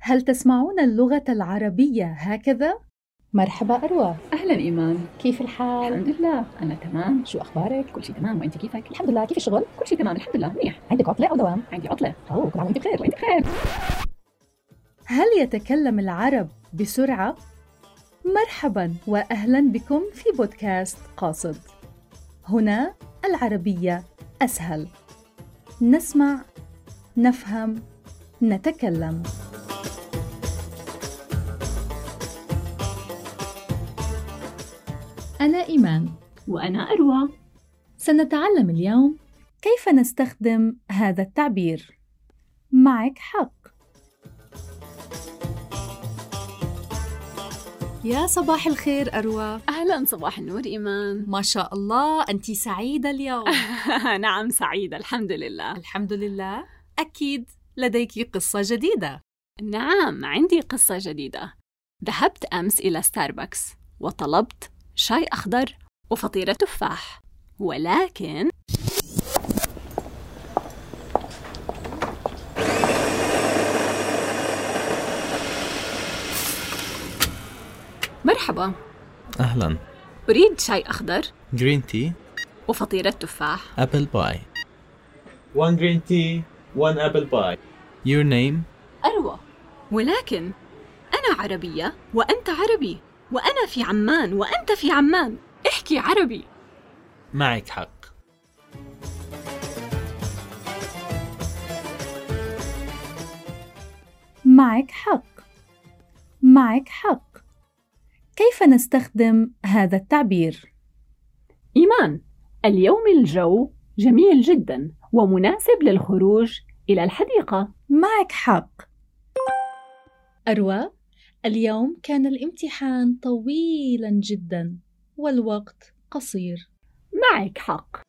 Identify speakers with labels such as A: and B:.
A: هل تسمعون اللغة العربية هكذا؟
B: مرحبا أروى
C: اهلا ايمان
B: كيف الحال؟
C: الحمد لله انا تمام
B: شو أخبارك؟
C: كل شيء تمام وانت كيفك
B: الحمد لله كيف الشغل؟
C: كل شيء تمام الحمد لله منيح
B: عندك عطلة أو دوام؟
C: عندي عطله
B: أوه كل عام وأنت بخير
C: وانت بخير
A: هل يتكلم العرب بسرعة؟ مرحبا وأهلا بكم في بودكاست قاصد. هنا العربية أسهل. نسمع، نفهم، نتكلم. أنا إيمان.
C: وانا اروى
A: سنتعلم اليوم كيف نستخدم هذا التعبير معك حق يا صباح الخير أروى
C: اهلا صباح النور ايمان
A: ما شاء الله أنت سعيدة اليوم
C: نعم سعيده الحمد لله
A: الحمد لله أكيد لديك قصة جديدة
C: نعم عندي قصه جديده ذهبت امس الى ستاربكس وطلبت شاي اخضر وفطيره تفاح ولكن مرحبا
D: أهلا
C: اريد شاي اخضر
D: جرين تي
C: وفطيره تفاح
D: أبل باي
E: one green tea, one apple pie.
D: Your name
C: أروى ولكن أنا عربية وأنت عربي وأنا في عمان وأنت في عمان احكي عربي
D: معك حق
A: معك حق معك حق كيف نستخدم هذا التعبير
C: إيمان اليوم الجو جميل جدا ومناسب للخروج إلى الحديقة
A: معك حق أروى اليوم كان الامتحان طويلا جدا والوقت قصير
C: معك حق